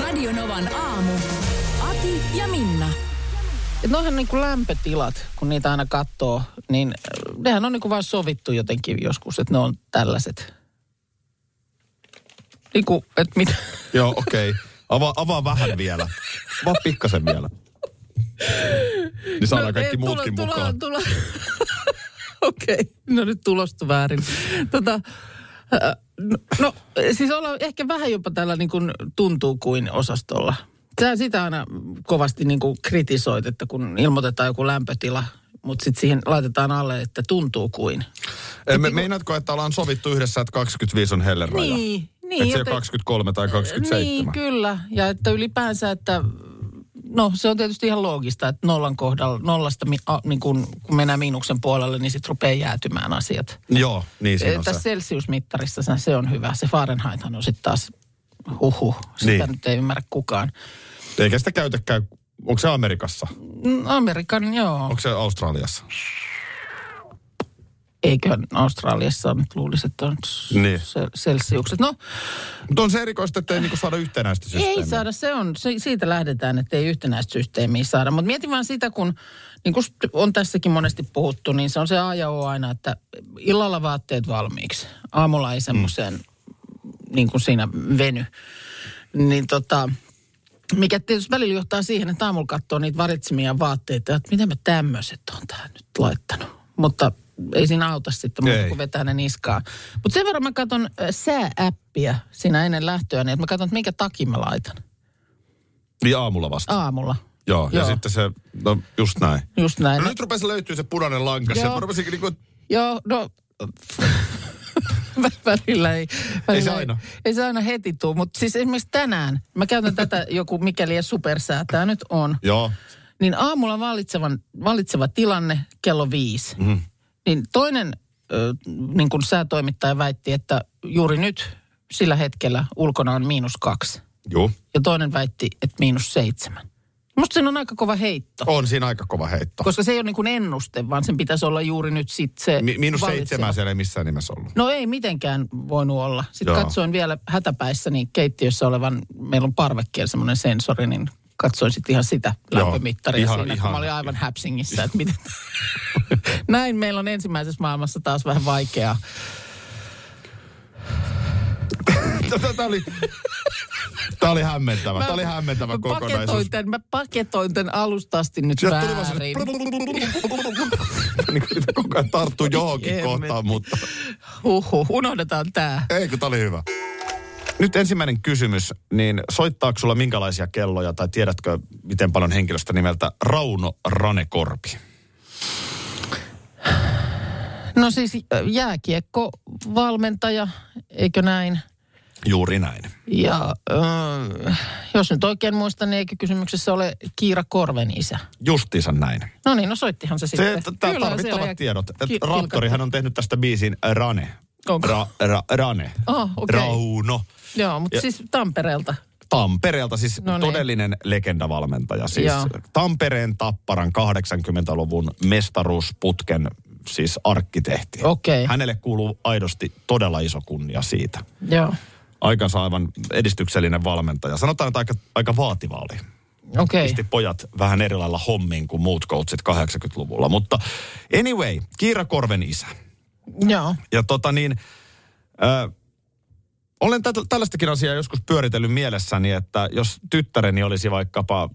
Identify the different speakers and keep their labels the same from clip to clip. Speaker 1: Radionovan aamu. Ati ja Minna.
Speaker 2: Et noihän niin kuin lämpötilat, kun niitä aina katsoo, niin äh, nehän on niin kuin vaan sovittu jotenkin joskus, että ne on tällaiset. Niin kuin, että mitä?
Speaker 3: Joo, okei. Okay. Avaa, avaa vähän vielä. Avaa pikkasen vielä. Niin saadaan no,
Speaker 2: ei,
Speaker 3: kaikki muutkin
Speaker 2: tulo,
Speaker 3: mukaan.
Speaker 2: Tulo, tulo. Okei, okay. no nyt tulostu väärin. Tota, äh, no, no siis olla ehkä vähän jopa tällä niin kuin tuntuu kuin osastolla. Sä sitä aina kovasti niin kuin kritisoit, että kun ilmoitetaan joku lämpötila, mutta sitten siihen laitetaan alle, että tuntuu kuin.
Speaker 3: Eh, Me, meinaatko, että ollaan sovittu yhdessä, että 25 on hellen raja?
Speaker 2: Niin, niin,
Speaker 3: Että se ei ole
Speaker 2: joten-
Speaker 3: 23 tai 27.
Speaker 2: Niin, kyllä. Ja että ylipäänsä, että no se on tietysti ihan loogista, että nollan kohdalla, nollasta mi- a, niin kun, kun mennään miinuksen puolelle, niin sitten rupeaa jäätymään asiat.
Speaker 3: Joo, niin siinä
Speaker 2: E,
Speaker 3: on
Speaker 2: Tässä
Speaker 3: se.
Speaker 2: Celsius-mittarissa se- se on hyvä. Se Fahrenheithan on sitten taas huhu. Sitä
Speaker 3: Niin.
Speaker 2: nyt ei ymmärrä kukaan.
Speaker 3: Eikä sitä käytäkään. Onko se Amerikassa?
Speaker 2: Mm, Amerikan, joo.
Speaker 3: Onko se Australiassa?
Speaker 2: Eiköhän Australiassa nyt luulisi, että on s-
Speaker 3: Niin.
Speaker 2: se- Celsiukset. No,
Speaker 3: Mutta on se erikoista, että ei niinku saada yhtenäistä systeemiä.
Speaker 2: Ei saada, se on, si- siitä lähdetään, että ei yhtenäistä systeemiä saada. Mutta mietin vaan sitä, kun niin kuin on tässäkin monesti puhuttu, niin se on se A ja O aina, että illalla vaatteet valmiiksi. Aamulla ei semmoiseen, mm. niin kuin siinä veny. Niin tota, mikä tietysti välillä johtaa siihen, että aamulla katsoo niitä varitsemia vaatteita, että miten mä tämmöiset on tähän nyt laittanut. Mutta ei siinä auta sitten muuta
Speaker 3: Ei.
Speaker 2: kuin vetää ne niskaan. Mutta sen verran mä katson äh, säääppiä siinä ennen lähtöä, niin että mä katson, että minkä takin mä laitan
Speaker 3: Niin aamulla vasta.
Speaker 2: aamulla.
Speaker 3: Joo, ja
Speaker 2: Ah. Joo.
Speaker 3: sitten se, no just näin.
Speaker 2: Just näin.
Speaker 3: No nyt rupesi löytyy se punainen lanka.
Speaker 2: Joo.
Speaker 3: Joo. Mä rupesinkin niinku,
Speaker 2: Joo, no... Vä- välillä ei, välillä
Speaker 3: se aina.
Speaker 2: Ei, ei se aina heti tuu, mutta siis esimerkiksi tänään, mä käytän tätä joku mikäli ja supersää, tämä nyt on,
Speaker 3: joo,
Speaker 2: niin aamulla valitsevan, valitseva tilanne kello viisi.
Speaker 3: Mhm.
Speaker 2: Mm. Niin toinen ö, niin kuin säätoimittaja väitti, että juuri nyt sillä hetkellä ulkona on miinus kaksi.
Speaker 3: juu.
Speaker 2: Ja toinen väitti, että miinus seitsemän. Musta siinä on aika kova heitto.
Speaker 3: On siinä aika kova heitto.
Speaker 2: Koska se ei ole niin kuin ennuste, vaan sen pitäisi olla juuri nyt sitten se
Speaker 3: Mi- miinus
Speaker 2: valitseva.
Speaker 3: seitsemän siellä ei missään nimessä ollut.
Speaker 2: No ei mitenkään voinut olla. Sitten Joo.
Speaker 3: Joo.
Speaker 2: katsoin vielä hätäpäissäni keittiössä olevan, meillä on parvekkeella semmoinen sensori, niin katsoin sitten ihan sitä
Speaker 3: Joo.
Speaker 2: lämpömittaria
Speaker 3: Ihan-
Speaker 2: siinä, kun
Speaker 3: ihan-
Speaker 2: mä olin aivan häpsingissä, että miten... Näin meillä on ensimmäisessä maailmassa taas vähän vaikeaa.
Speaker 3: Tämä oli, tää oli hämmentävä. Tämä oli
Speaker 2: No, mä
Speaker 3: hämmentävä kokonaisuus.
Speaker 2: paketoin tämän, mä paketoin tämän alusta asti nyt
Speaker 3: Sieltä tuli vaan se-
Speaker 2: väärin.
Speaker 3: Niin kuin niitä koko ajan tarttuu johonkin
Speaker 2: Hemmetti.
Speaker 3: kohtaan, mutta
Speaker 2: Huhhuh, unohdetaan tämä.
Speaker 3: ei kun tää oli hyvä. Nyt ensimmäinen kysymys, niin soittaako sulla minkälaisia kelloja tai tiedätkö miten paljon henkilöstä nimeltä Rauno Ranekorpi?
Speaker 2: No siis jääkiekkovalmentaja, eikö näin?
Speaker 3: Juuri näin.
Speaker 2: Ja äh, jos nyt oikein muistan, niin eikö kysymyksessä ole Kiira Korven isä?
Speaker 3: Justiinsa näin.
Speaker 2: No niin, no soittihan se
Speaker 3: Se,
Speaker 2: sitten.
Speaker 3: että tää
Speaker 2: Kyllä, siellä jää-
Speaker 3: tarvittavat tiedot. Et
Speaker 2: ki-
Speaker 3: Raptori, hän on tehnyt tästä biisin Rane.
Speaker 2: Onko?
Speaker 3: Ra, ra, rane.
Speaker 2: Oh, okei.
Speaker 3: Rauno.
Speaker 2: kilkat- Joo, mutta
Speaker 3: Ja-
Speaker 2: siis Tampereelta.
Speaker 3: Tampereelta, siis
Speaker 2: No niin.
Speaker 3: todellinen legendavalmentaja. Siis
Speaker 2: Joo.
Speaker 3: Tampereen Tapparan 80-luvun mestaruusputken siis arkkitehti.
Speaker 2: Okei.
Speaker 3: Hänelle kuuluu aidosti todella iso kunnia siitä.
Speaker 2: Joo,
Speaker 3: Aikansa aivan edistyksellinen valmentaja. Sanotaan, että aika, aika vaativa oli.
Speaker 2: okei.
Speaker 3: Pisti pojat vähän eri lailla hommiin kuin muut coachit 80-luvulla. Mutta anyway, Kiira Korven isä.
Speaker 2: Joo,
Speaker 3: Ja tota niin, ö, olen tä- tällaistakin asiaa joskus pyöritellyt mielessäni, että jos tyttäreni olisi vaikkapa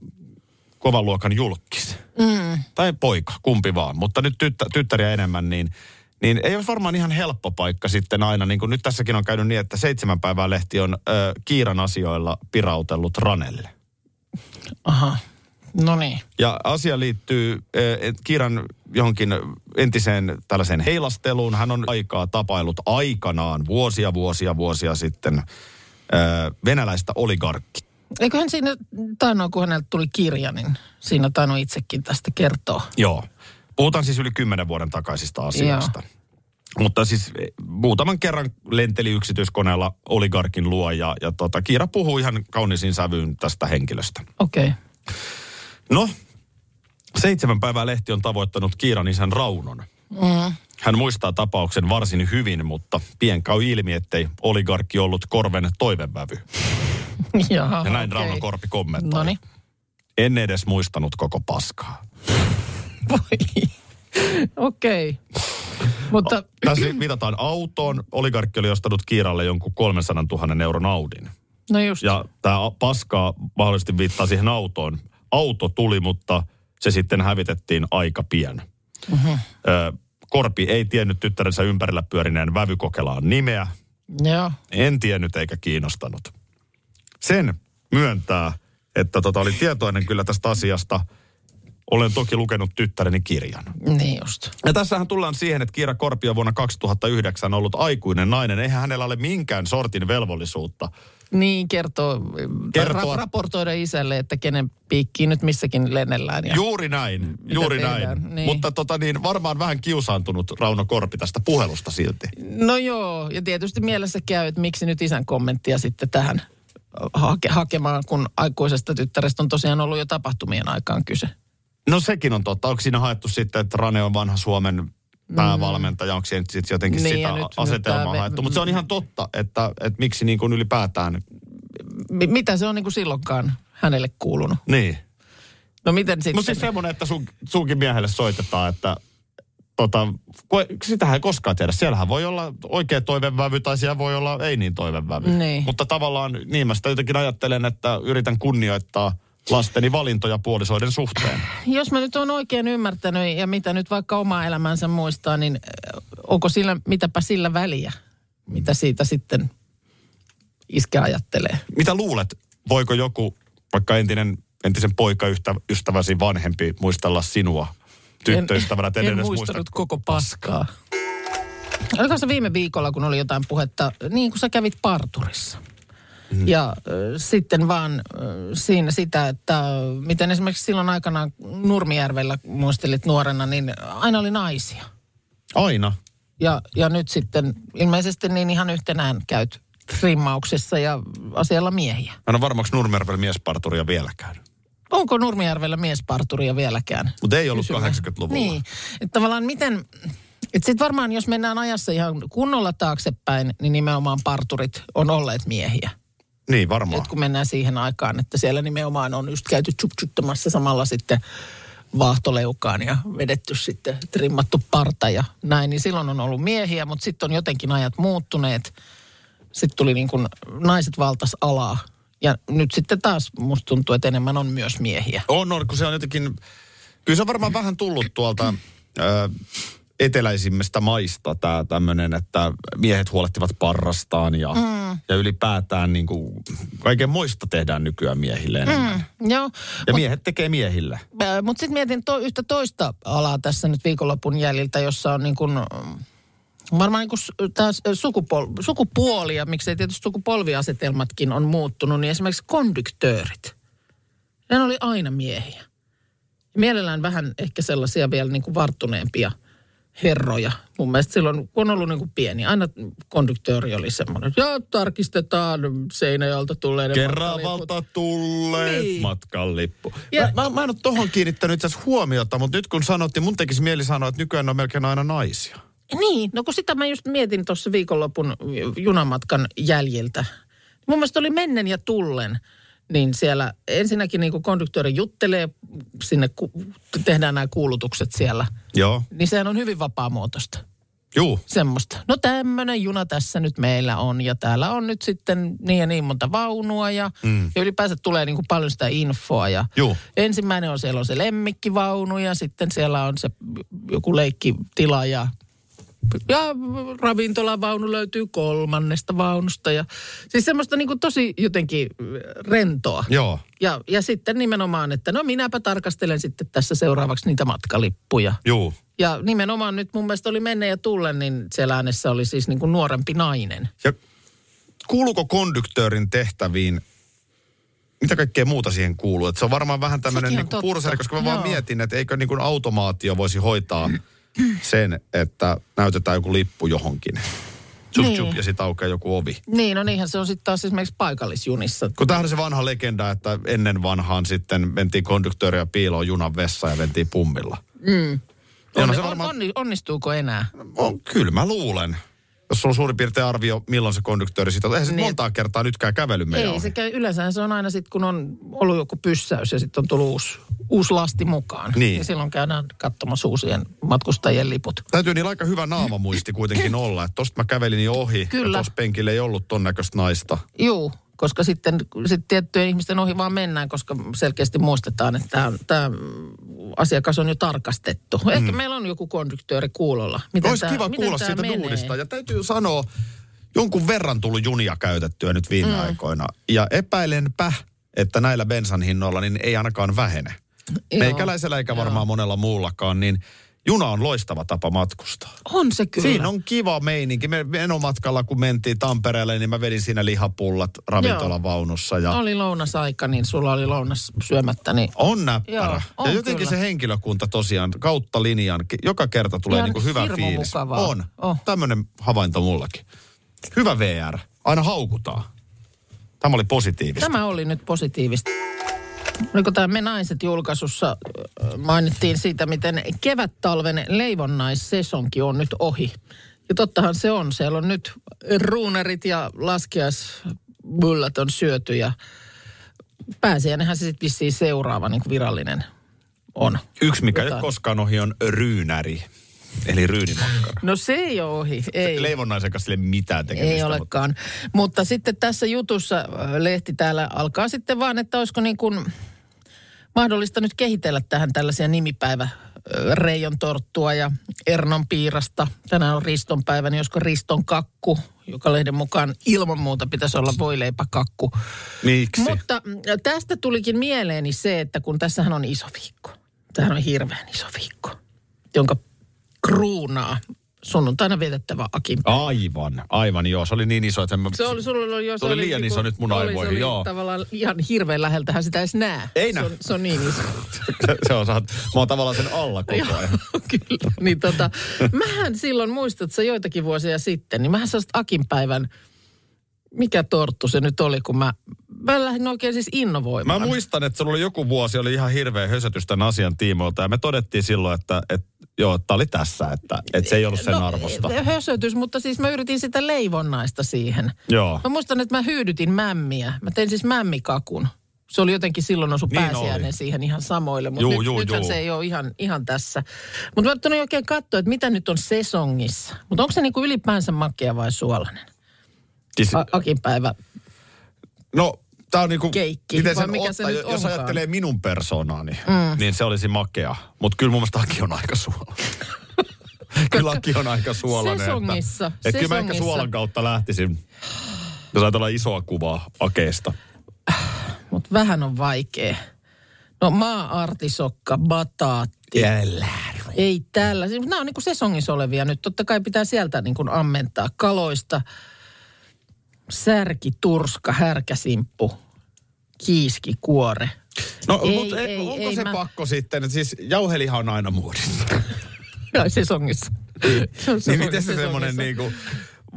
Speaker 3: kovan luokan julkis, mm. tai poika, kumpi vaan, mutta nyt tyttä, tyttäriä enemmän, niin, niin ei ole varmaan ihan helppo paikka sitten aina, niin kuin nyt tässäkin on käynyt niin, että seitsemän päivää lehti on ö, Kiiran asioilla pirautellut Ranelle.
Speaker 2: aha. No niin,
Speaker 3: Ja asia liittyy ö, et Kiiran johonkin entiseen tällaiseen heilasteluun. Hän on aikaa tapailut aikanaan vuosia, vuosia, vuosia sitten ää, venäläistä oligarkki.
Speaker 2: Eiköhän siinä tainoa, kun häneltä tuli kirja, niin siinä taino itsekin tästä kertoo.
Speaker 3: Joo. Puhutaan siis yli kymmenen vuoden takaisista asioista. Joo. Mutta siis muutaman kerran lenteli yksityiskoneella oligarkin luo ja, ja tota, Kiira puhuu ihan kauniisiin sävyyn tästä henkilöstä.
Speaker 2: Okei. Okay.
Speaker 3: No, seitsemän päivää lehti on tavoittanut Kiiran isän Raunon.
Speaker 2: Mm.
Speaker 3: Hän muistaa tapauksen varsin hyvin, mutta pien käy ilmi, ettei oligarkki ollut korven toivevävy.
Speaker 2: Jaha,
Speaker 3: Ja
Speaker 2: okei.
Speaker 3: näin okay.
Speaker 2: No niin.
Speaker 3: Rauno Korpi kommentoi.
Speaker 2: Noniin.
Speaker 3: En edes muistanut koko paskaa.
Speaker 2: Voi. Okei. Mutta
Speaker 3: Tässä viitataan autoon. Oligarkki oli ostanut Kiiralle jonkun 300 000 euron Audin.
Speaker 2: no just.
Speaker 3: Ja tämä paskaa mahdollisesti viittaa siihen autoon. Auto tuli, mutta se sitten hävitettiin aika pian. Ö, Korpi ei tiennyt tyttärensä ympärillä pyörineen vävykokelaan nimeä.
Speaker 2: Joo.
Speaker 3: En tiennyt eikä kiinnostanut. Sen myöntää, että tota, oli tietoinen kyllä tästä asiasta. Olen toki lukenut tyttäreni kirjan.
Speaker 2: Niin just.
Speaker 3: Ja tässähän tullaan siihen, että Kiira Korpi on vuonna 2009 ollut aikuinen nainen. Eihän hänellä ole minkään sortin velvollisuutta.
Speaker 2: Niin kertoo,
Speaker 3: Kertoa.
Speaker 2: Kertoa. raportoida isälle, että kenen piikkiin nyt missäkin lennellään. Ja...
Speaker 3: Juuri näin, juuri
Speaker 2: tehdään,
Speaker 3: näin.
Speaker 2: niin.
Speaker 3: Mutta tota niin, varmaan vähän kiusaantunut Rauno Korpi tästä puhelusta silti.
Speaker 2: No joo, ja tietysti mielessä käy, että miksi nyt isän kommenttia sitten tähän hake- hakemaan, kun aikuisesta tyttärestä on tosiaan ollut jo tapahtumien aikaan kyse.
Speaker 3: No sekin on totta. Onko siinä haettu sitten, että Rane on vanha Suomen päävalmentaja, onko siinä nyt sitten jotenkin
Speaker 2: Mm. Niin,
Speaker 3: niin, sitä
Speaker 2: ja nyt- nyt
Speaker 3: asetelmaa
Speaker 2: tää-
Speaker 3: haettu. Mutta se on ihan totta, että, että miksi niin kuin ylipäätään.
Speaker 2: M- mitä se on niin kuin silloinkaan hänelle kuulunut?
Speaker 3: Niin.
Speaker 2: No miten sitten?
Speaker 3: No siis semmoinen, että sun, sunkin miehelle soitetaan, että tota, kun, sitähän ei koskaan tiedä. Siellähän voi olla oikea toivevävy tai siellä voi olla ei niin toivevävy.
Speaker 2: Niin.
Speaker 3: Mutta tavallaan niin mä sitä jotenkin ajattelen, että yritän kunnioittaa lasteni valintoja puolisoiden suhteen.
Speaker 2: Jos mä nyt oon oikein ymmärtänyt ja mitä nyt vaikka omaa elämänsä muistaa, niin äh, onko sillä, mitäpä sillä väliä, mitä siitä sitten iskä ajattelee?
Speaker 3: Mitä luulet, voiko joku, vaikka entinen, entisen poikaystäväsi vanhempi, muistella sinua tyttöystävänä? Et
Speaker 2: en, en
Speaker 3: edes muista-
Speaker 2: muistanut koko paskaa. Oliko se viime viikolla, kun oli jotain puhetta, niin kuin sä kävit parturissa. Mm. Ja äh, sitten vaan äh, siinä sitä, että äh, miten esimerkiksi silloin aikanaan Nurmijärvellä muistelit nuorena, niin aina oli naisia.
Speaker 3: Aina.
Speaker 2: Ja, ja nyt sitten ilmeisesti niin ihan yhtenään käyt trimmauksessa ja asialla miehiä.
Speaker 3: Mä en ole varmaksi Nurmervel miesparturia vieläkään.
Speaker 2: Onko Nurmijärvellä miesparturia vieläkään?
Speaker 3: Mutta ei ollut
Speaker 2: Kysymys.
Speaker 3: 80-luvulla.
Speaker 2: Niin, että tavallaan miten... Että sitten varmaan, jos mennään ajassa ihan kunnolla taaksepäin, niin nimenomaan parturit on olleet miehiä.
Speaker 3: niin varmaan.
Speaker 2: Et kun mennään siihen aikaan, että siellä nimenomaan on just käyty chupchuttamassa samalla sitten vaahtoleukaan ja vedetty sitten trimmattu parta ja näin, niin silloin on ollut miehiä, mutta sitten on jotenkin ajat muuttuneet. Sitten tuli niin kuin naiset valtas alaa ja nyt sitten taas musta tuntuu, että enemmän on myös miehiä.
Speaker 3: On, on, kun se on jotenkin... Kyllä se on varmaan vähän tullut tuolta ö, eteläisimmistä maista tämä tämmöinen, että miehet huolehtivat parrastaan ja, mm. ja ylipäätään niin kuin, kaiken moista tehdään nykyään miehille enemmän. Mm.
Speaker 2: Joo,
Speaker 3: Ja miehet tekee miehille.
Speaker 2: Mutta sitten mietin to, yhtä toista alaa tässä nyt viikonlopun jäljiltä, jossa on niin kuin, varmaan niin kuin taas sukupol, sukupuoli ja miksei tietysti sukupolviasetelmatkin on muuttunut, niin esimerkiksi kondyktöörit. Ne oli aina miehiä. Mielellään vähän ehkä sellaisia vielä niin kuin varttuneempia herroja. Mun mielestä silloin, kun on ollut niin kuin pieni, aina konduktööri oli semmoinen, ja tarkistetaan seinäjältä tulleiden matkaliput."
Speaker 3: Keravalta tulleet
Speaker 2: Niin.
Speaker 3: niin. matkan lippu.
Speaker 2: Ja-
Speaker 3: Mä, mä, mä en ole tohon kiinnittänyt itse asiassa huomiota, mutta nyt kun sanottiin, mun tekisi mieli sanoa, että nykyään on melkein aina naisia.
Speaker 2: Niin, no kun sitä mä just mietin tuossa viikonlopun junamatkan jäljiltä. Mun mielestä oli mennen ja tullen. Niin siellä ensinnäkin niin kun konduktööri juttelee, sinne ku, tehdään nämä kuulutukset siellä.
Speaker 3: Joo.
Speaker 2: Niin sehän on hyvin vapaamuotoista.
Speaker 3: Juu.
Speaker 2: Semmoista. No tämmöinen juna tässä nyt meillä on ja täällä on nyt sitten niin ja niin monta vaunua ja, mm. ja ylipäänsä tulee niin kuin paljon sitä infoa. Ja
Speaker 3: Juu.
Speaker 2: Ensimmäinen on siellä on se lemmikkivaunu ja sitten siellä on se joku leikkitila ja, ja ravintolavaunu löytyy kolmannesta vaunusta. Ja, siis semmoista niin kuin tosi jotenkin rentoa.
Speaker 3: Joo.
Speaker 2: Ja, ja sitten nimenomaan, että no minäpä tarkastelen sitten tässä seuraavaksi niitä matkalippuja.
Speaker 3: Juu.
Speaker 2: Ja niinku nimenomaan nyt mun mielestä oli menne ja tulle, niin siellä äänessä oli siis niin kuin nuorempi nainen.
Speaker 3: Ja kuuluuko konduktöörin tehtäviin, mitä kaikkea muuta siihen kuuluu? Et se on varmaan vähän tämmöinen
Speaker 2: Sekin on
Speaker 3: niin
Speaker 2: totta.
Speaker 3: purseri, koska mä Joo. vaan
Speaker 2: Joo.
Speaker 3: mietin, että eikö niin kuin automaatio voisi hoitaa sen, että näytetään joku lippu johonkin. Tsup,
Speaker 2: Niin.
Speaker 3: tsup, ja sitten aukeaa joku ovi.
Speaker 2: Niin, no niinhän se on sitten taas esimerkiksi paikallisjunissa.
Speaker 3: Kun tämähän on se vanha legenda, että ennen vanhaan sitten mentiin konduktööriä piiloon junan vessa ja mentiin pummilla. Mm.
Speaker 2: On,
Speaker 3: On, se
Speaker 2: on,
Speaker 3: varmaan, No,
Speaker 2: on, onnistuuko enää?
Speaker 3: on, kyllä mä luulen. Jos sulla on suurin piirtein arvio, milloin se konduktööri sitä... Eihän se
Speaker 2: Niin.
Speaker 3: montaa kertaa nytkään kävely meidän
Speaker 2: Ei, se käy, yleensä se on aina sitten, kun on ollut joku pyssäys ja sitten on tullut uusi, uusi lasti mukaan.
Speaker 3: Niin.
Speaker 2: Ja silloin käydään katsomassa uusien matkustajien liput.
Speaker 3: Täytyy niillä aika hyvä naamamuisti kuitenkin olla. Että tosta mä kävelin jo ohi
Speaker 2: Kyllä.
Speaker 3: ja tossa penkillä ei ollut ton näköistä naista.
Speaker 2: Juu, koska sitten sit tiettyjen ihmisten ohi vaan mennään, koska selkeästi muistetaan, että tämä asiakas on jo tarkastettu. Ehkä meillä on joku konduktööri kuulolla. Miten
Speaker 3: Olisi
Speaker 2: tää-
Speaker 3: Mm. kiva
Speaker 2: miten
Speaker 3: kuulla
Speaker 2: tää
Speaker 3: siitä
Speaker 2: menee?
Speaker 3: duunista. Ja täytyy sanoa, jonkun verran tullut junia käytettyä nyt viime mm. aikoina. Ja epäilenpä, että näillä bensan hinnoilla niin ei ainakaan vähene.
Speaker 2: Joo.
Speaker 3: Meikäläisellä eikä varmaan monella muullakaan, niin juna on loistava tapa matkustaa.
Speaker 2: On se kyllä.
Speaker 3: Kyllä. Siinä on kiva meininki. Me menomatkalla, kun mentiin Tampereelle, niin mä vedin siinä lihapullat ravintolavaunussa. Ja
Speaker 2: Oli lounasaika, niin sulla oli lounas syömättä, niin
Speaker 3: On näppärä.
Speaker 2: Joo, on
Speaker 3: ja jotenkin
Speaker 2: kyllä.
Speaker 3: se henkilökunta tosiaan kautta linjan, ki- joka kerta tulee
Speaker 2: Ihan
Speaker 3: niin kuin hyvä
Speaker 2: hirmu
Speaker 3: fiilis.
Speaker 2: mukavaa.
Speaker 3: On.
Speaker 2: Oh.
Speaker 3: Tämmöinen havainto mullakin. Hyvä VR. Aina haukutaan. Tämä oli positiivista.
Speaker 2: Tämä oli nyt positiivista. Oliko tämä Me naiset julkaisussa äh, mainittiin siitä, miten kevät-talven leivonnaissesonki on nyt ohi. Ja tottahan se on. Siellä on nyt ruunarit ja laskiaisbullat on syöty ja pääsiäinenhän se sitten vissiin seuraava niin kuin virallinen on.
Speaker 3: Yksi, mikä ei ole
Speaker 2: Jotain.
Speaker 3: koskaan ohi, on ryynäri. Eli ryynimakkara.
Speaker 2: No se ei ole ohi. Ei.
Speaker 3: Leivonnaisen kanssa sille mitään tekemistä.
Speaker 2: Ei
Speaker 3: mutta
Speaker 2: olekaan. Mutta sitten tässä jutussa äh, lehti täällä alkaa sitten vaan, että olisiko niin kuin mahdollista nyt kehitellä tähän tällaisia nimipäivä äh, Reijon torttua ja Ernon piirasta. Tänään on Riston päivä, niin josko Riston kakku, joka lehden mukaan ilman muuta pitäisi olla voileipäkakku.
Speaker 3: Miksi?
Speaker 2: Mutta mm, tästä tulikin mieleeni se, että kun tässähän on iso viikko. Tämähän on hirveän iso viikko, jonka kruunaa sunnuntaina vietettävä Akin
Speaker 3: Aivan, aivan joo. Se oli niin iso, että en mä...
Speaker 2: se oli, sulla oli jo...
Speaker 3: Tuli liian
Speaker 2: niinku-
Speaker 3: iso nyt mun
Speaker 2: oli,
Speaker 3: aivoihin,
Speaker 2: se oli
Speaker 3: joo.
Speaker 2: tavallaan ihan hirveän läheltähän sitä edes näe.
Speaker 3: Ei
Speaker 2: Se
Speaker 3: näe.
Speaker 2: on, se on niin iso.
Speaker 3: se on, sä oot- mä oon tavallaan sen alla koko ajan.
Speaker 2: Kyllä. Niin tota, mähän silloin muistat sä joitakin vuosia sitten, niin mähän sellaista Akinpäivän, mikä torttu se nyt oli, kun mä, mä lähdin oikein siis
Speaker 3: Mä
Speaker 2: innovoimaan.
Speaker 3: muistan, että sulla oli joku vuosi, oli ihan hirveä hösötys tämän asian tiimoilta. Ja me todettiin silloin, että, että joo, tämä oli tässä, että, että se ei ollut sen arvosta.
Speaker 2: No, eh, Hösötys, mutta siis mä yritin sitä leivonnaista siihen.
Speaker 3: Joo.
Speaker 2: Mä muistan, että mä hyydytin mämmiä. Mä tein siis mämmikakun. Se oli jotenkin silloin osu
Speaker 3: Niin
Speaker 2: pääsiäinen
Speaker 3: oli.
Speaker 2: siihen ihan samoille, mutta
Speaker 3: Juu,
Speaker 2: nyt,
Speaker 3: juu,
Speaker 2: nythän
Speaker 3: juu.
Speaker 2: se ei ole ihan, ihan tässä. Mutta mä tulin oikein katsoa, että mitä nyt on sesongissa. Mutta onko se niinku ylipäänsä makea vai suolainen?
Speaker 3: Siis,
Speaker 2: A- Akinpäivä.
Speaker 3: no, tämä on niinku,
Speaker 2: Keikki,
Speaker 3: miten
Speaker 2: vai
Speaker 3: sen
Speaker 2: mikä
Speaker 3: ottaa,
Speaker 2: se nyt
Speaker 3: jos jos
Speaker 2: onkaan?
Speaker 3: ajattelee minun persoonaani, mm. niin se olisi makea. Mutta kyllä mun mielestä aki on aika suolainen. kyllä aki on aika suolainen.
Speaker 2: Sesongissa,
Speaker 3: Että, että kyllä mä ehkä
Speaker 2: sesongissa.
Speaker 3: suolan kautta lähtisin, jos ajatellaan isoa kuvaa akeesta.
Speaker 2: Mutta vähän on vaikea. No maa-artisokka, bataatti.
Speaker 3: Jällä.
Speaker 2: Ei tällä. Siis Nämä on niin sesongissa olevia nyt. Totta kai pitää sieltä niin kuin ammentaa kaloista. Särki, turska, härkäsimppu, kiiski, kuore.
Speaker 3: No,
Speaker 2: Ei,
Speaker 3: mutta
Speaker 2: ei,
Speaker 3: onko
Speaker 2: ei,
Speaker 3: se
Speaker 2: mä-
Speaker 3: pakko sitten? että Siis jauheliha on aina muodissa.
Speaker 2: Ja sesongissa. Se on
Speaker 3: Niin
Speaker 2: sesongissa,
Speaker 3: miten se semmoinen
Speaker 2: sesongissa.
Speaker 3: niinku,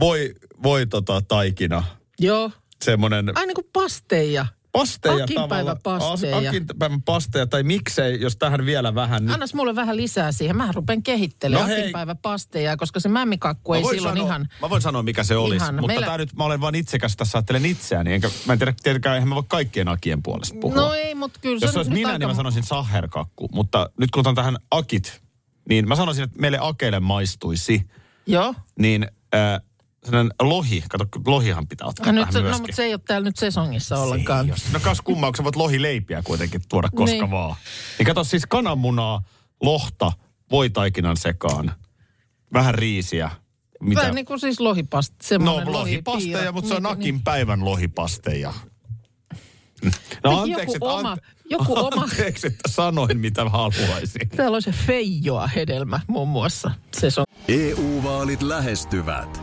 Speaker 3: voi, voi tota taikina,
Speaker 2: Joo.
Speaker 3: semmoinen
Speaker 2: Ai niin kuin pasteja.
Speaker 3: pasteja
Speaker 2: Akinpäivän
Speaker 3: tavalla- as-
Speaker 2: pasteja.
Speaker 3: Akinpäivän pasteja, tai miksei, jos tähän vielä vähän nyt.
Speaker 2: Annas mulle vähän lisää siihen. Mä rupean kehittelemään
Speaker 3: Niin. No hei.
Speaker 2: akinpäivä pasteja, koska se mämmikakku ei
Speaker 3: Mä voin
Speaker 2: silloin
Speaker 3: sanoa,
Speaker 2: ihan...
Speaker 3: Mä voin sanoa, mikä se olisi,
Speaker 2: Ihan.
Speaker 3: mutta
Speaker 2: Meillä-
Speaker 3: tää nyt, mä olen vaan itsekäs tässä, ajattelen itseäni, enkä, mä en tiedä, tietenkään eihän mä voi kaikkien akien puolesta puhua.
Speaker 2: No ei, mutta kyllä
Speaker 3: jos
Speaker 2: se on
Speaker 3: se olisi
Speaker 2: nyt
Speaker 3: minä,
Speaker 2: aika-
Speaker 3: niin mä sanoisin saherkakku, mutta nyt kun otan tähän akit, niin mä sanoisin, että meille akeille maistuisi,
Speaker 2: Joo.
Speaker 3: niin äh, sellainen lohi, kato, lohihan pitää ottaa
Speaker 2: Ja nyt
Speaker 3: tähän
Speaker 2: se, no,
Speaker 3: myöskin.
Speaker 2: mutta se ei ole täällä nyt sesongissa ollenkaan.
Speaker 3: Jos- No kas kummaa, kun sä voit lohileipiä kuitenkin tuoda koska
Speaker 2: Niin.
Speaker 3: niin. vaan. Niin kato siis kananmunaa, lohta, voitaikinan sekaan, vähän riisiä. Mitä?
Speaker 2: Vähän niin kuin siis lohipasta.
Speaker 3: no
Speaker 2: semmoinen
Speaker 3: lohipasteja,
Speaker 2: lohipiira-
Speaker 3: mutta se on
Speaker 2: niin-
Speaker 3: Akin päivän lohipasteja.
Speaker 2: Joku
Speaker 3: No anteeksi, että
Speaker 2: oma-
Speaker 3: ante-
Speaker 2: joku oma-
Speaker 3: anteeksi, että sanoin mitä haluaisin.
Speaker 2: niin. Täällä on se feijoa hedelmä muun muassa. Se on
Speaker 4: EU-vaalit E lähestyvät.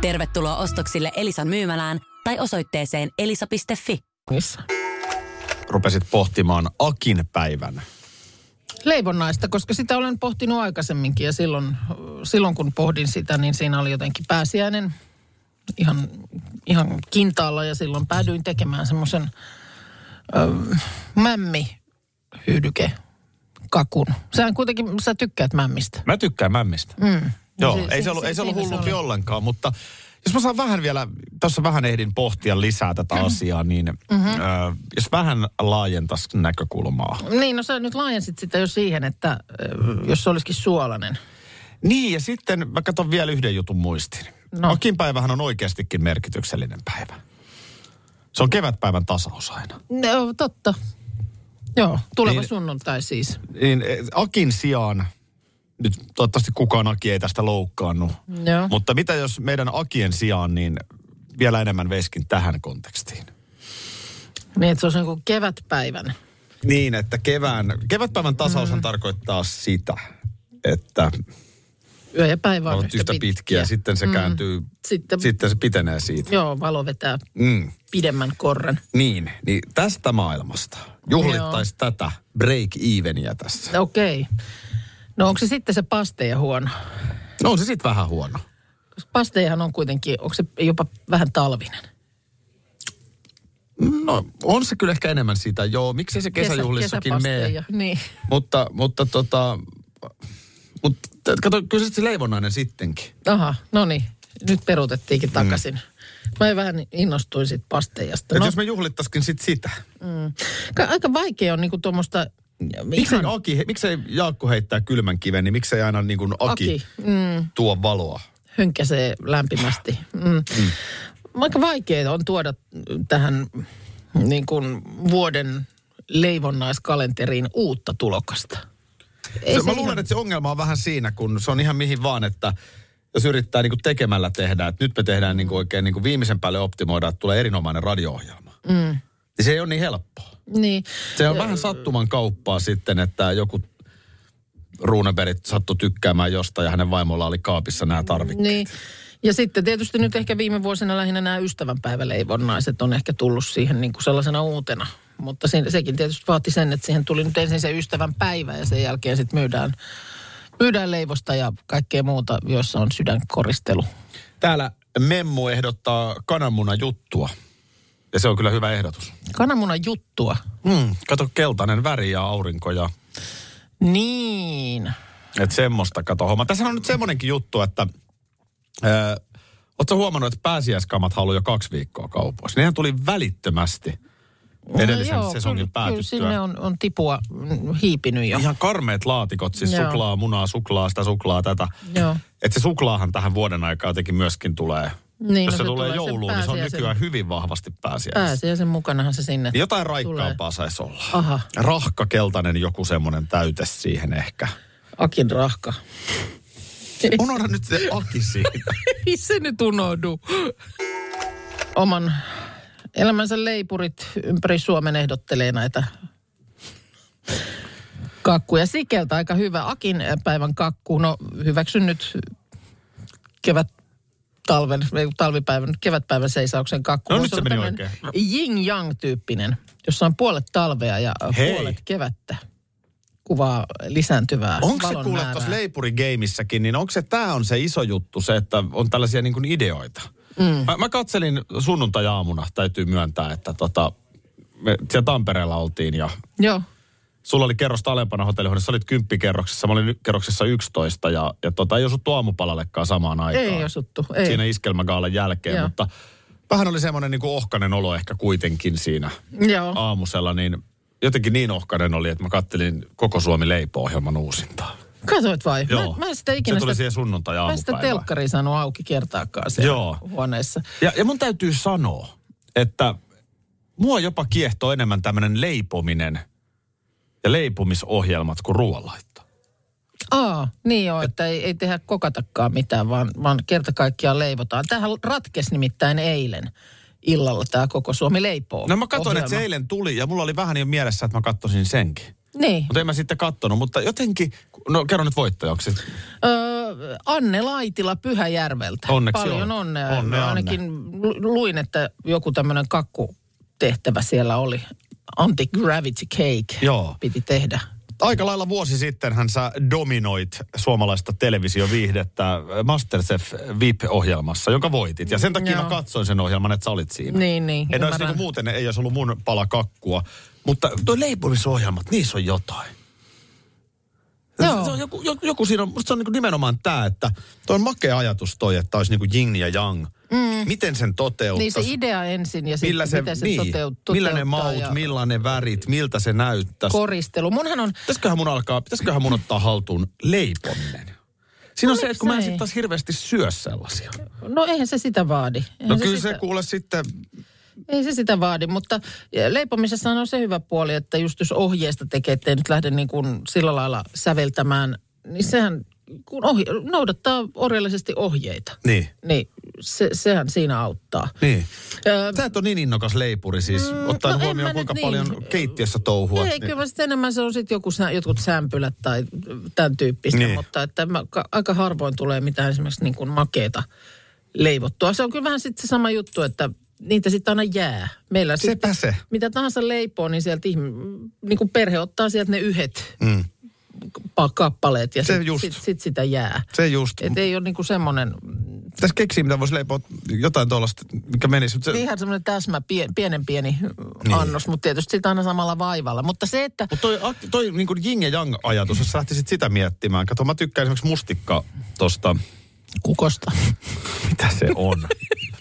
Speaker 5: Tervetuloa ostoksille Elisan myymälään tai osoitteeseen elisa.fi.
Speaker 2: Missä?
Speaker 3: Rupesit pohtimaan Akin päivän.
Speaker 2: Leivonnaista, koska sitä olen pohtinut aikaisemminkin ja silloin, silloin kun pohdin sitä, niin siinä oli jotenkin pääsiäinen ihan, ihan kintaalla ja silloin päädyin tekemään semmoisen mämmi hyydyke kakun. Sähän kuitenkin, sä tykkäät mämmistä.
Speaker 3: Mä tykkään mämmistä. Mm. Joo,
Speaker 2: No
Speaker 3: se,
Speaker 2: se-
Speaker 3: ei se, ollut,
Speaker 2: se-
Speaker 3: ei se ollut
Speaker 2: siinä se
Speaker 3: hullumpi
Speaker 2: oli.
Speaker 3: ollenkaan, mutta jos mä saan vähän vielä, tässä vähän ehdin pohtia lisää tätä asiaa, niin mm-hmm. ö, jos vähän laajentaisi näkökulmaa.
Speaker 2: Niin, no sä nyt laajensit sitä jo siihen, että ö, jos se olisikin suolainen.
Speaker 3: Niin, ja sitten mä katson vielä yhden jutun muistiin. No.
Speaker 2: No.
Speaker 3: Akin päivähän on oikeastikin merkityksellinen päivä. Se on kevätpäivän tasaus aina.
Speaker 2: No, totta. Joo, tuleva
Speaker 3: Niin-
Speaker 2: niin. sunnuntai siis.
Speaker 3: Niin eh, Akin sijaan, nyt toivottavasti kukaan Aki ei tästä loukkaannut,
Speaker 2: Joo.
Speaker 3: mutta mitä jos meidän Akien sijaan, niin vielä enemmän veskin tähän kontekstiin.
Speaker 2: Niin, että se olisi niin kuin kevätpäivän.
Speaker 3: Niin, että kevään, kevätpäivän tasaushan mm. tarkoittaa sitä, että
Speaker 2: Yö ja päivä on
Speaker 3: ovat yhtä pitkiä, pitkiä. sitten se mm. kääntyy,
Speaker 2: Sitten-
Speaker 3: sitten se pitenee siitä.
Speaker 2: Joo, valo vetää
Speaker 3: Mm.
Speaker 2: pidemmän korren.
Speaker 3: Niin, niin tästä maailmasta juhlittaisi tätä break-eveniä tässä.
Speaker 2: Okei. Okay. No onko se sitten se pasteja huono?
Speaker 3: No on se sitten vähän huono.
Speaker 2: Koska pastejahan on kuitenkin, onko se jopa vähän talvinen?
Speaker 3: No on se kyllä ehkä enemmän sitä, joo. Miksei se kesäjuhlissakin
Speaker 2: Kesä,
Speaker 3: mene.
Speaker 2: kesäpasteja, Niin.
Speaker 3: Mutta, mutta tota, mutta kato, kyllä se leivonnainen sittenkin.
Speaker 2: Aha, no niin. Nyt peruutettiinkin
Speaker 3: Mm.
Speaker 2: takaisin. Mä vähän innostuin siitä pastejasta.
Speaker 3: No. Et
Speaker 2: No, mm.
Speaker 3: jos me juhlittaisikin sit sitä.
Speaker 2: ka- Aika vaikea on niinku tuommoista...
Speaker 3: Miksei, Aki, he- miksei Jaakko heittää kylmän kiven, niin miksei aina niin kuin Aki, Aki.
Speaker 2: Aki,
Speaker 3: Mm. tuo valoa?
Speaker 2: hönkäsee lämpimästi. Mm. Mm. Aika vaikea on tuoda tähän niin kuin vuoden leivonnaiskalenteriin uutta tulokasta. Ei
Speaker 3: se, mä
Speaker 2: ihan-
Speaker 3: luulen, että se ongelma on vähän siinä, kun se on ihan mihin vaan, että jos yrittää niin kuin tekemällä tehdä, että nyt me tehdään niin kuin oikein niin kuin viimeisen päälle optimoida, että tulee erinomainen radio-ohjelma. Mm. Niin se ei ole niin helppoa.
Speaker 2: Niin,
Speaker 3: Se on vähän sattuman kauppaa sitten, että joku Runeberit sattui tykkäämään jostain ja hänen vaimolla oli kaapissa nämä tarvikkeet.
Speaker 2: niin. Ja sitten tietysti nyt ehkä viime vuosina lähinnä nämä ystävänpäiväleivonnaiset on ehkä tullut siihen niin kuin sellaisena uutena. Mutta siinä, sekin tietysti vaati sen, että siihen tuli nyt ensin se ystävän päivä ja sen jälkeen sitten myydään, myydään leivosta ja kaikkea muuta, jossa on sydänkoristelu.
Speaker 3: Täällä Memmu ehdottaa kananmunan juttua. Ja se on kyllä hyvä ehdotus.
Speaker 2: Kananmunan juttua.
Speaker 3: Mm, kato keltainen väri ja aurinko ja
Speaker 2: Niin.
Speaker 3: Et semmoista kato homma. Tässä on nyt semmoinenkin juttu, että öö, Oletko huomannut, että pääsiäiskamat on ollut jo kaksi viikkoa kaupoissa? Nehän tuli välittömästi edellisen
Speaker 2: No joo,
Speaker 3: sesongin
Speaker 2: kyllä, Kyllä
Speaker 3: päätyttyä.
Speaker 2: sinne on, on tipua mm, hiipinyt jo.
Speaker 3: Ihan karmeet laatikot, siis
Speaker 2: Joo.
Speaker 3: suklaa, munaa, suklaa, sitä suklaa, tätä.
Speaker 2: Joo.
Speaker 3: Että se suklaahan tähän vuoden aikaa jotenkin myöskin tulee.
Speaker 2: Niin,
Speaker 3: Jos
Speaker 2: no
Speaker 3: se,
Speaker 2: se
Speaker 3: tulee
Speaker 2: tulee sen
Speaker 3: jouluun, niin se on
Speaker 2: pääsiäisen-
Speaker 3: nykyään hyvin vahvasti pääsiäis.
Speaker 2: Pääsiäisen mukanahan se sinne.
Speaker 3: Niin Jotain
Speaker 2: Tulee.
Speaker 3: raikkaampaa saisi olla.
Speaker 2: Aha.
Speaker 3: Rahkakeltainen joku semmoinen täyte siihen ehkä.
Speaker 2: Akin rahka.
Speaker 3: Unohda nyt se aki siitä.
Speaker 2: Ei se nyt unohdu. Oman elämänsä leipurit ympäri Suomen ehdottelee näitä kakkuja. Sikeltä aika hyvä Akin päivän kakku. No hyväksyn nyt kevät talven, ei, kun talvipäivän, kevätpäivän seisauksen kakku.
Speaker 3: No
Speaker 2: Voisi
Speaker 3: nyt se
Speaker 2: olla
Speaker 3: meni
Speaker 2: tämmöinen Yin-yang-tyyppinen, jossa on puolet talvea ja
Speaker 3: Hei.
Speaker 2: puolet kevättä. Kuvaa lisääntyvää
Speaker 3: Onko se
Speaker 2: valon
Speaker 3: kuule
Speaker 2: määrää.
Speaker 3: tuossa leipurigameissäkin, niin onko se tämä on se iso juttu, se, että on tällaisia niin kuin ideoita? Mm. Mä, mä katselin sunnuntai-aamuna, täytyy myöntää, että tota, me siellä Tampereella oltiin ja
Speaker 2: Joo.
Speaker 3: sulla oli kerrosta alempana hotellihuoneessa, sä olit kymppikerroksessa, mä olin kerroksessa 11 ja, ja tota, ei osuttu aamupalallekaan samaan aikaan.
Speaker 2: Ei osuttu, ei.
Speaker 3: Siinä iskelmägaalan jälkeen,
Speaker 2: Joo.
Speaker 3: mutta vähän oli semmoinen niin kuin ohkainen olo ehkä kuitenkin siinä
Speaker 2: Joo.
Speaker 3: aamusella, niin jotenkin niin ohkainen oli, että mä kattelin koko Suomi leipo-ohjelman uusintaa.
Speaker 2: Katoit vai?
Speaker 3: Joo.
Speaker 2: Mä, mä en sitä ikinä
Speaker 3: Se tuli siihen
Speaker 2: Mä en sitä
Speaker 3: sunnuntai-aamupäivään.
Speaker 2: telkkariin saanut auki kertaakaan siellä
Speaker 3: Joo.
Speaker 2: huoneessa.
Speaker 3: Ja, ja mun täytyy sanoa, että mua jopa kiehtoo enemmän tämmöinen leipominen ja leipomisohjelmat kuin ruoanlaitto.
Speaker 2: Aa, niin joo, että ei, ei tehdä kokatakaan mitään, vaan, vaan kerta kaikkiaan leivotaan. Tämähän ratkesi nimittäin eilen illalla tämä koko Suomi leipoo.
Speaker 3: No mä katsoin, että se
Speaker 2: ohjelma.
Speaker 3: eilen tuli ja mulla oli vähän jo mielessä, että mä katsoisin senkin.
Speaker 2: Niin.
Speaker 3: Mutta en mä sitten kattonut, mutta jotenkin, no kerro nyt voittajaksi.
Speaker 2: Öö, Anne Laitila Pyhäjärveltä.
Speaker 3: Onneksi
Speaker 2: Paljon
Speaker 3: olkoon.
Speaker 2: onnea.
Speaker 3: Onnea,
Speaker 2: Ainakin lu- luin, että joku tämmöinen kakkutehtävä siellä oli. Anti-gravity cake
Speaker 3: Joo.
Speaker 2: piti tehdä.
Speaker 3: Aika lailla vuosi sittenhän sä dominoit suomalaista televisioviihdettä Masterchef VIP-ohjelmassa, jonka voitit. Ja sen takia
Speaker 2: Joo.
Speaker 3: mä katsoin sen ohjelman, että sä olit siinä.
Speaker 2: Niin, niin,
Speaker 3: En olisi
Speaker 2: ymmärrän.
Speaker 3: niinku muuten, ei olisi ollut mun pala kakkua. Mutta tuo leipomisohjelmat, niissä on jotain.
Speaker 2: Joo.
Speaker 3: Se on joku, joku, joku siinä on, musta se on niinku nimenomaan tämä, että tuo on makea ajatus toi, että olisi niinku yin ja yang. Mm. Miten sen toteuttaa?
Speaker 2: Niin se idea ensin ja
Speaker 3: millä
Speaker 2: sitten
Speaker 3: se,
Speaker 2: miten se
Speaker 3: niin,
Speaker 2: toteut-
Speaker 3: millä ne
Speaker 2: toteuttaa
Speaker 3: maut,
Speaker 2: ja
Speaker 3: millä ne värit, miltä se näyttäisi.
Speaker 2: koristelu. Munhan on,
Speaker 3: Pitäisiköhän mun alkaa, pitäisiköhän mun ottaa haltuun leipominen? Siinä
Speaker 2: No
Speaker 3: on se, että kun mä en
Speaker 2: miksei?
Speaker 3: sitten taas hirveästi syö sellaisia.
Speaker 2: no eihän se sitä vaadi. Eihän
Speaker 3: No kyllä se
Speaker 2: sitä-
Speaker 3: kuule sitten,
Speaker 2: Ei se sitä vaadi, mutta leipomisessa on se hyvä puoli, että just jos ohjeesta tekee, ettei nyt lähde niin kuin sillä lailla säveltämään, niin sehän kun ohje, noudattaa orjallisesti ohjeita.
Speaker 3: Niin.
Speaker 2: Niin, se, sehän siinä auttaa.
Speaker 3: niin.
Speaker 2: Öö,
Speaker 3: Sä et ole niin innokas leipuri siis, mm, ottaen
Speaker 2: no en
Speaker 3: huomioon
Speaker 2: mä nyt
Speaker 3: kuinka
Speaker 2: niin.
Speaker 3: paljon keittiössä niin touhua.
Speaker 2: ei, kyllä mä sitten enemmän se on sitten joku, sä- jotkut sämpylät tai tämän tyyppistä,
Speaker 3: Niin.
Speaker 2: niin. mutta että mä, ka, aika harvoin tulee mitään esimerkiksi niin kuin makeeta leivottua. Se on kyllä vähän sitten se sama juttu, että niitä sitten aina jää. Meillä sit-
Speaker 3: Sepä se.
Speaker 2: mitä tahansa leipoo, niin sieltä ihmi, niin kuin perhe ottaa sieltä ne yhdet mm. kappaleet ja
Speaker 3: Se
Speaker 2: sitten
Speaker 3: just.
Speaker 2: sit, sit sitä jää.
Speaker 3: Se just.
Speaker 2: Et ei ole niin kuin semmoinen,
Speaker 3: Tässä keksii, mitä voisi leipoa jotain tuollaista, mikä menisi. Mutta se,
Speaker 2: ihan semmoinen täsmä, pie- pienen pieni niin. annos, mutta tietysti sitä aina samalla vaivalla. Mutta se, että
Speaker 3: Mutta toi, ak- toi niin kuin jing ja jang ajatus, jos sä lähtisit sitä miettimään. Kato, mä tykkään esimerkiksi mustikka tosta.
Speaker 2: kukosta.
Speaker 3: Mitä se on?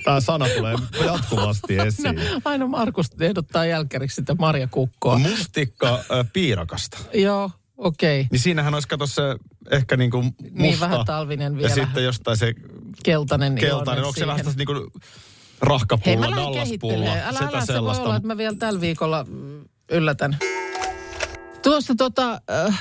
Speaker 3: Tämä sana tulee jatkuvasti
Speaker 2: No,
Speaker 3: esiin.
Speaker 2: aina Markus ehdottaa jälkäriksi sitä marjakukkoa. Mm.
Speaker 3: Mustikka ö, piirakasta.
Speaker 2: Joo, okei. Okay.
Speaker 3: Niin siinähän olisi kato se ehkä niin kuin musta.
Speaker 2: Niin, vähän talvinen vielä.
Speaker 3: Ja sitten jostain se
Speaker 2: Keltainen,
Speaker 3: keltainen. Onko se
Speaker 2: siihen.
Speaker 3: vähän tästä niin kuin
Speaker 2: Hei,
Speaker 3: rahkapulla,
Speaker 2: mä lähden
Speaker 3: dallaspulla,
Speaker 2: kehittelemään. Älä,
Speaker 3: sitä
Speaker 2: älä, se voi
Speaker 3: sellaista.
Speaker 2: olla, että mä vielä tällä viikolla mm, yllätän. Tuossa tota, äh,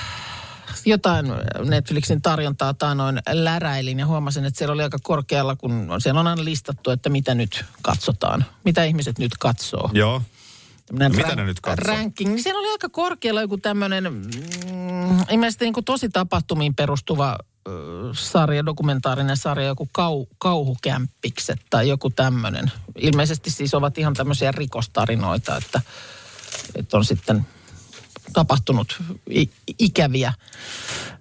Speaker 2: jotain Netflixin tarjontaa taanoin läräilin ja huomasin, että siellä oli aika korkealla, kun siellä on aina listattu, että mitä nyt katsotaan. Mitä ihmiset nyt katsoo.
Speaker 3: Joo.
Speaker 2: Tämmönen
Speaker 3: Mitä ne nyt katsoo?
Speaker 2: Ranking. Niin Siellä oli aika korkealla joku tämmöinen, mm, ilmeisesti niin kuin tosi tapahtumiin perustuva ö, sarja, dokumentaarinen sarja, joku kau, kauhukämppikset tai joku tämmöinen. Ilmeisesti siis ovat ihan tämmöisiä rikostarinoita, että, että on sitten tapahtunut i- ikäviä.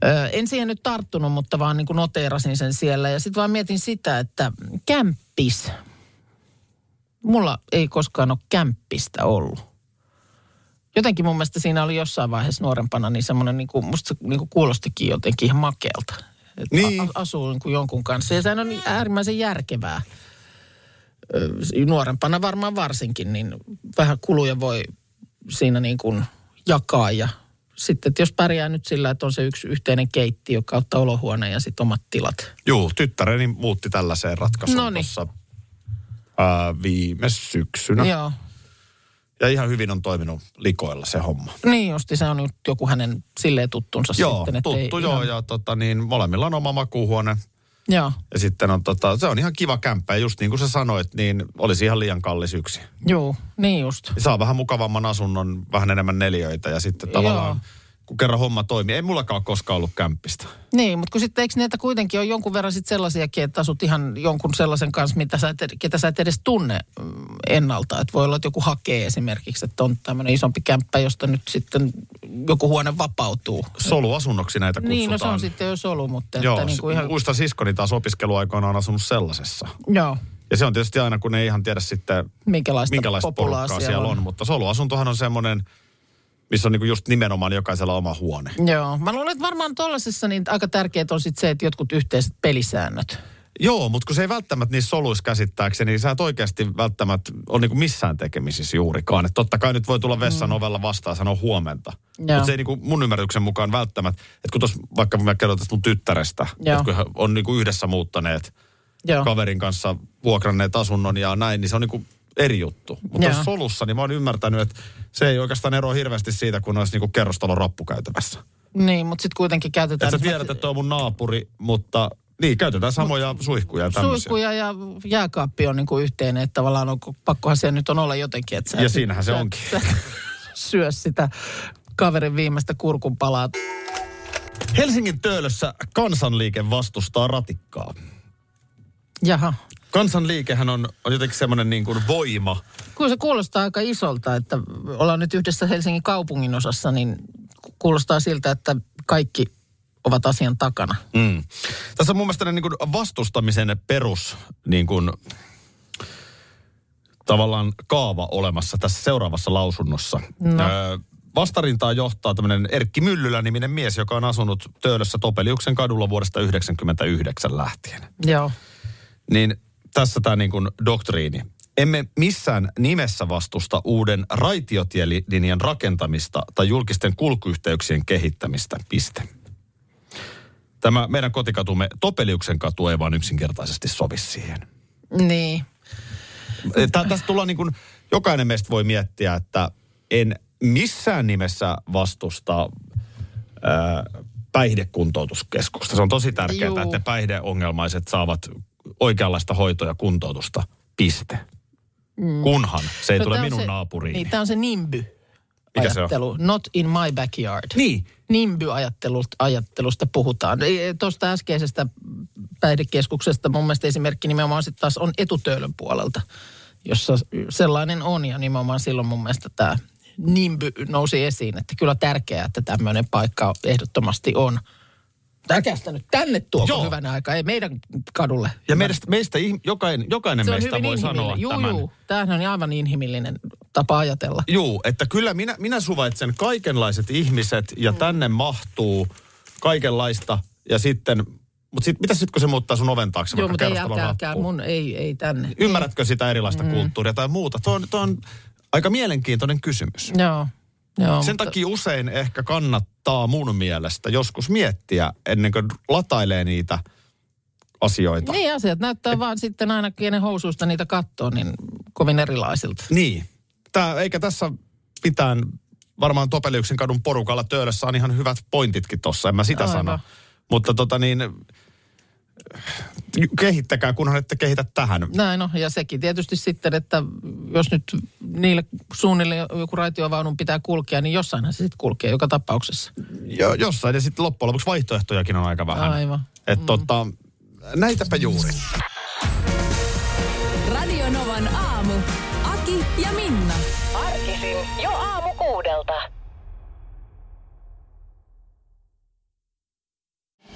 Speaker 2: Ö, en siihen nyt tarttunut, mutta vaan niin kuin noteerasin sen siellä. Ja sitten vaan mietin sitä, että kämppis. Mulla ei koskaan ole kämppistä ollut. Jotenkin mun mielestä siinä oli jossain vaiheessa nuorempana niin semmoinen, niin kuin, musta se niin kuin kuulostikin jotenkin ihan makealta. Että
Speaker 3: Niin.
Speaker 2: a- asuu niin kuin jonkun kanssa. Ja sehän on niin äärimmäisen järkevää. Ö, nuorempana varmaan varsinkin, niin vähän kuluja voi siinä niin kuin jakaa ja sitten, että jos pärjää nyt sillä, että on se yksi yhteinen keittiö kautta olohuone ja sitten omat tilat.
Speaker 3: Juu, tyttäreni muutti tällaiseen ratkaisuun
Speaker 2: Noniin.
Speaker 3: tuossa ää, viime syksynä.
Speaker 2: No. Joo.
Speaker 3: Ja ihan hyvin on toiminut likoilla se homma.
Speaker 2: Niin justi, se on nyt joku hänen silleen tuttunsa
Speaker 3: Joo,
Speaker 2: sitten. että ei
Speaker 3: tuttu joo,
Speaker 2: ihan-
Speaker 3: ja tota, niin, molemmilla on oma makuuhuone.
Speaker 2: Joo,
Speaker 3: Ja sitten on, tota, se on ihan kiva kämppä, ja just niin kuin sä sanoit, niin olisi ihan liian kallis yksi.
Speaker 2: juu, niin just.
Speaker 3: Saa vähän mukavamman asunnon, vähän enemmän neliöitä, ja sitten
Speaker 2: Joo.
Speaker 3: tavallaan, kun kerran homma toimii, ei mullakaan ole koskaan ollut kämppistä.
Speaker 2: Niin, mutta kun sitten eikö näitä kuitenkin ole jonkun verran sit sellaisiakin, että asut ihan jonkun sellaisen kanssa, mitä sä et, ketä sä et edes tunne mm, ennalta. Että voi olla, että joku hakee esimerkiksi, että on tämmöinen isompi kämppä, josta nyt sitten joku huone vapautuu.
Speaker 3: Soluasunnoksi näitä kutsutaan.
Speaker 2: Niin, no se on sitten jo solu, mutta
Speaker 3: Joo,
Speaker 2: että niin kuin ihan...
Speaker 3: muistan siskoni taas opiskeluaikoina on asunut sellaisessa.
Speaker 2: Joo,
Speaker 3: Ja se on tietysti aina, kun ei ihan tiedä sitten,
Speaker 2: Minkälaista,
Speaker 3: minkälaista
Speaker 2: populaa
Speaker 3: porukkaa siellä on. Mutta soluasuntohan on semmoinen, missä on niinku just nimenomaan jokaisella oma huone.
Speaker 2: Joo. Mä luulen, että varmaan tuollaisessa niin aika tärkeää on sit se, että jotkut yhteiset pelisäännöt.
Speaker 3: Joo, mutta kun se ei välttämättä niissä soluissa käsittääkseni, niin sä et oikeasti välttämättä ole niinku missään tekemisissä juurikaan. Et totta kai nyt voi tulla vessan ovella vastaan ja sanoa huomenta.
Speaker 2: Mm. Joo.
Speaker 3: Mutta se ei niinku mun ymmärryksen mukaan välttämättä, että kun tos, vaikka mä kerron tästä mun tyttärestä,
Speaker 2: Joo.
Speaker 3: että kun he on niinku yhdessä muuttaneet
Speaker 2: Joo.
Speaker 3: kaverin kanssa vuokranneet asunnon ja näin, niin se on niinku eri juttu. Mutta
Speaker 2: Joo.
Speaker 3: tuossa solussa, niin mä oon ymmärtänyt, että se ei oikeastaan eroa hirveästi siitä, kun olisi niinku kerrostalon rappukäytävässä.
Speaker 2: Niin, mutta sitten kuitenkin käytetään...
Speaker 3: Että sä tiedät, että on mun naapuri, mutta niin, käytetään samoja suihkuja ja tämmöisiä.
Speaker 2: Suihkuja ja jääkaappi on niin kuin yhteinen, että tavallaan on, pakkohan se nyt on olla jotenkin, että sä
Speaker 3: Ja
Speaker 2: et-
Speaker 3: siinähän se
Speaker 2: sä-
Speaker 3: onkin.
Speaker 2: sä syö sitä kaverin viimeistä kurkunpalaa.
Speaker 3: Helsingin töölössä kansanliike vastustaa ratikkaa.
Speaker 2: Jaha.
Speaker 3: Kansanliikehän on, on jotenkin semmoinen niin kuin voima.
Speaker 2: Kyllä se kuulostaa aika isolta, että ollaan nyt yhdessä Helsingin kaupungin osassa, niin kuulostaa siltä, että kaikki ovat asian takana.
Speaker 3: Mm. Tässä on mun mielestä niin kuin vastustamisen perus niin kuin, tavallaan kaava olemassa tässä seuraavassa lausunnossa. No. Öö, vastarintaa johtaa tämmöinen Erkki Myllylä-niminen mies, joka on asunut Töölössä Topeliuksen kadulla vuodesta 1999 lähtien.
Speaker 2: Joo.
Speaker 3: niin tässä tämä niin kuin doktriini. Emme missään nimessä vastusta uuden raitiotielinjan rakentamista tai julkisten kulkuyhteyksien kehittämistä, piste. Tämä meidän kotikatumme Topeliuksen katu ei vaan yksinkertaisesti sovi siihen.
Speaker 2: Niin.
Speaker 3: Tä, tästä tullaan niin kuin, jokainen meistä voi miettiä, että en missään nimessä vastusta ää, päihdekuntoutuskeskusta. Se on tosi tärkeää,
Speaker 2: Juu.
Speaker 3: että ne päihdeongelmaiset saavat oikeanlaista hoitoa ja kuntoutusta. Piste. Mm. Kunhan se ei no, tule
Speaker 2: tää on
Speaker 3: minun
Speaker 2: se,
Speaker 3: se, naapuriini.
Speaker 2: Niin, tämä on se nimby.
Speaker 3: Mikä se on?
Speaker 2: ajattelu. Not in my backyard.
Speaker 3: Niin.
Speaker 2: Nimby-ajattelusta ajattelusta puhutaan. Ei, Tuosta äskeisestä päihdekeskuksesta mun mielestä esimerkki nimenomaan sitten taas on etutöölön puolelta, jossa sellainen on ja nimenomaan silloin mun mielestä tämä nimby nousi esiin, että kyllä tärkeää, että tämmöinen paikka ehdottomasti on. Täkästä nyt tänne tuo
Speaker 3: Joo.
Speaker 2: hyvänä aika, ei meidän kadulle.
Speaker 3: ja meistä, meistä ihm- jokainen, jokainen
Speaker 2: se on
Speaker 3: meistä
Speaker 2: hyvin
Speaker 3: voi sanoa
Speaker 2: inhimillinen. Juu,
Speaker 3: tämän.
Speaker 2: juu. Tämähän on aivan inhimillinen tapa ajatella.
Speaker 3: Juu, että kyllä minä, minä suvaitsen kaikenlaiset ihmiset ja mm. tänne mahtuu kaikenlaista ja sitten, mutta sit, mitä sitten kun se muuttaa sun oven taakse,
Speaker 2: Joo,
Speaker 3: vaikka
Speaker 2: mutta ei,
Speaker 3: kerrostalon
Speaker 2: älkää, älkää,
Speaker 3: rappuun?
Speaker 2: mun ei, ei tänne.
Speaker 3: Ymmärrätkö sitä erilaista mm. kulttuuria tai muuta? Tuo on, tuo on aika mielenkiintoinen kysymys.
Speaker 2: Joo, joo.
Speaker 3: Sen takia usein ehkä kannattaa mun mielestä joskus miettiä ennen kuin latailee niitä asioita.
Speaker 2: Niin asiat näyttää vaan sitten aina kenen housuista niitä katsoo, niin kovin erilaisilta.
Speaker 3: Niin. Tää, eikä tässä mitään, varmaan Topeliuksen kadun porukalla töölössä on ihan hyvät pointitkin tossa, en mä sitä
Speaker 2: Aivan.
Speaker 3: sano. Mutta tota niin, kehittäkää, kunhan ette kehitä tähän.
Speaker 2: Näin on, ja sekin tietysti sitten, että jos nyt niille suunnille joku raitiovaunun pitää kulkea, niin jossainhan se sitten kulkee joka tapauksessa.
Speaker 3: Jo, jossain, ja sitten loppujen lopuksi vaihtoehtojakin on aika vähän.
Speaker 2: Aivan.
Speaker 3: Et mm. tota, näitäpä juuri.
Speaker 1: Radio Novan aamu. Aki ja Minna.
Speaker 6: Arkisin jo aamu kuudelta.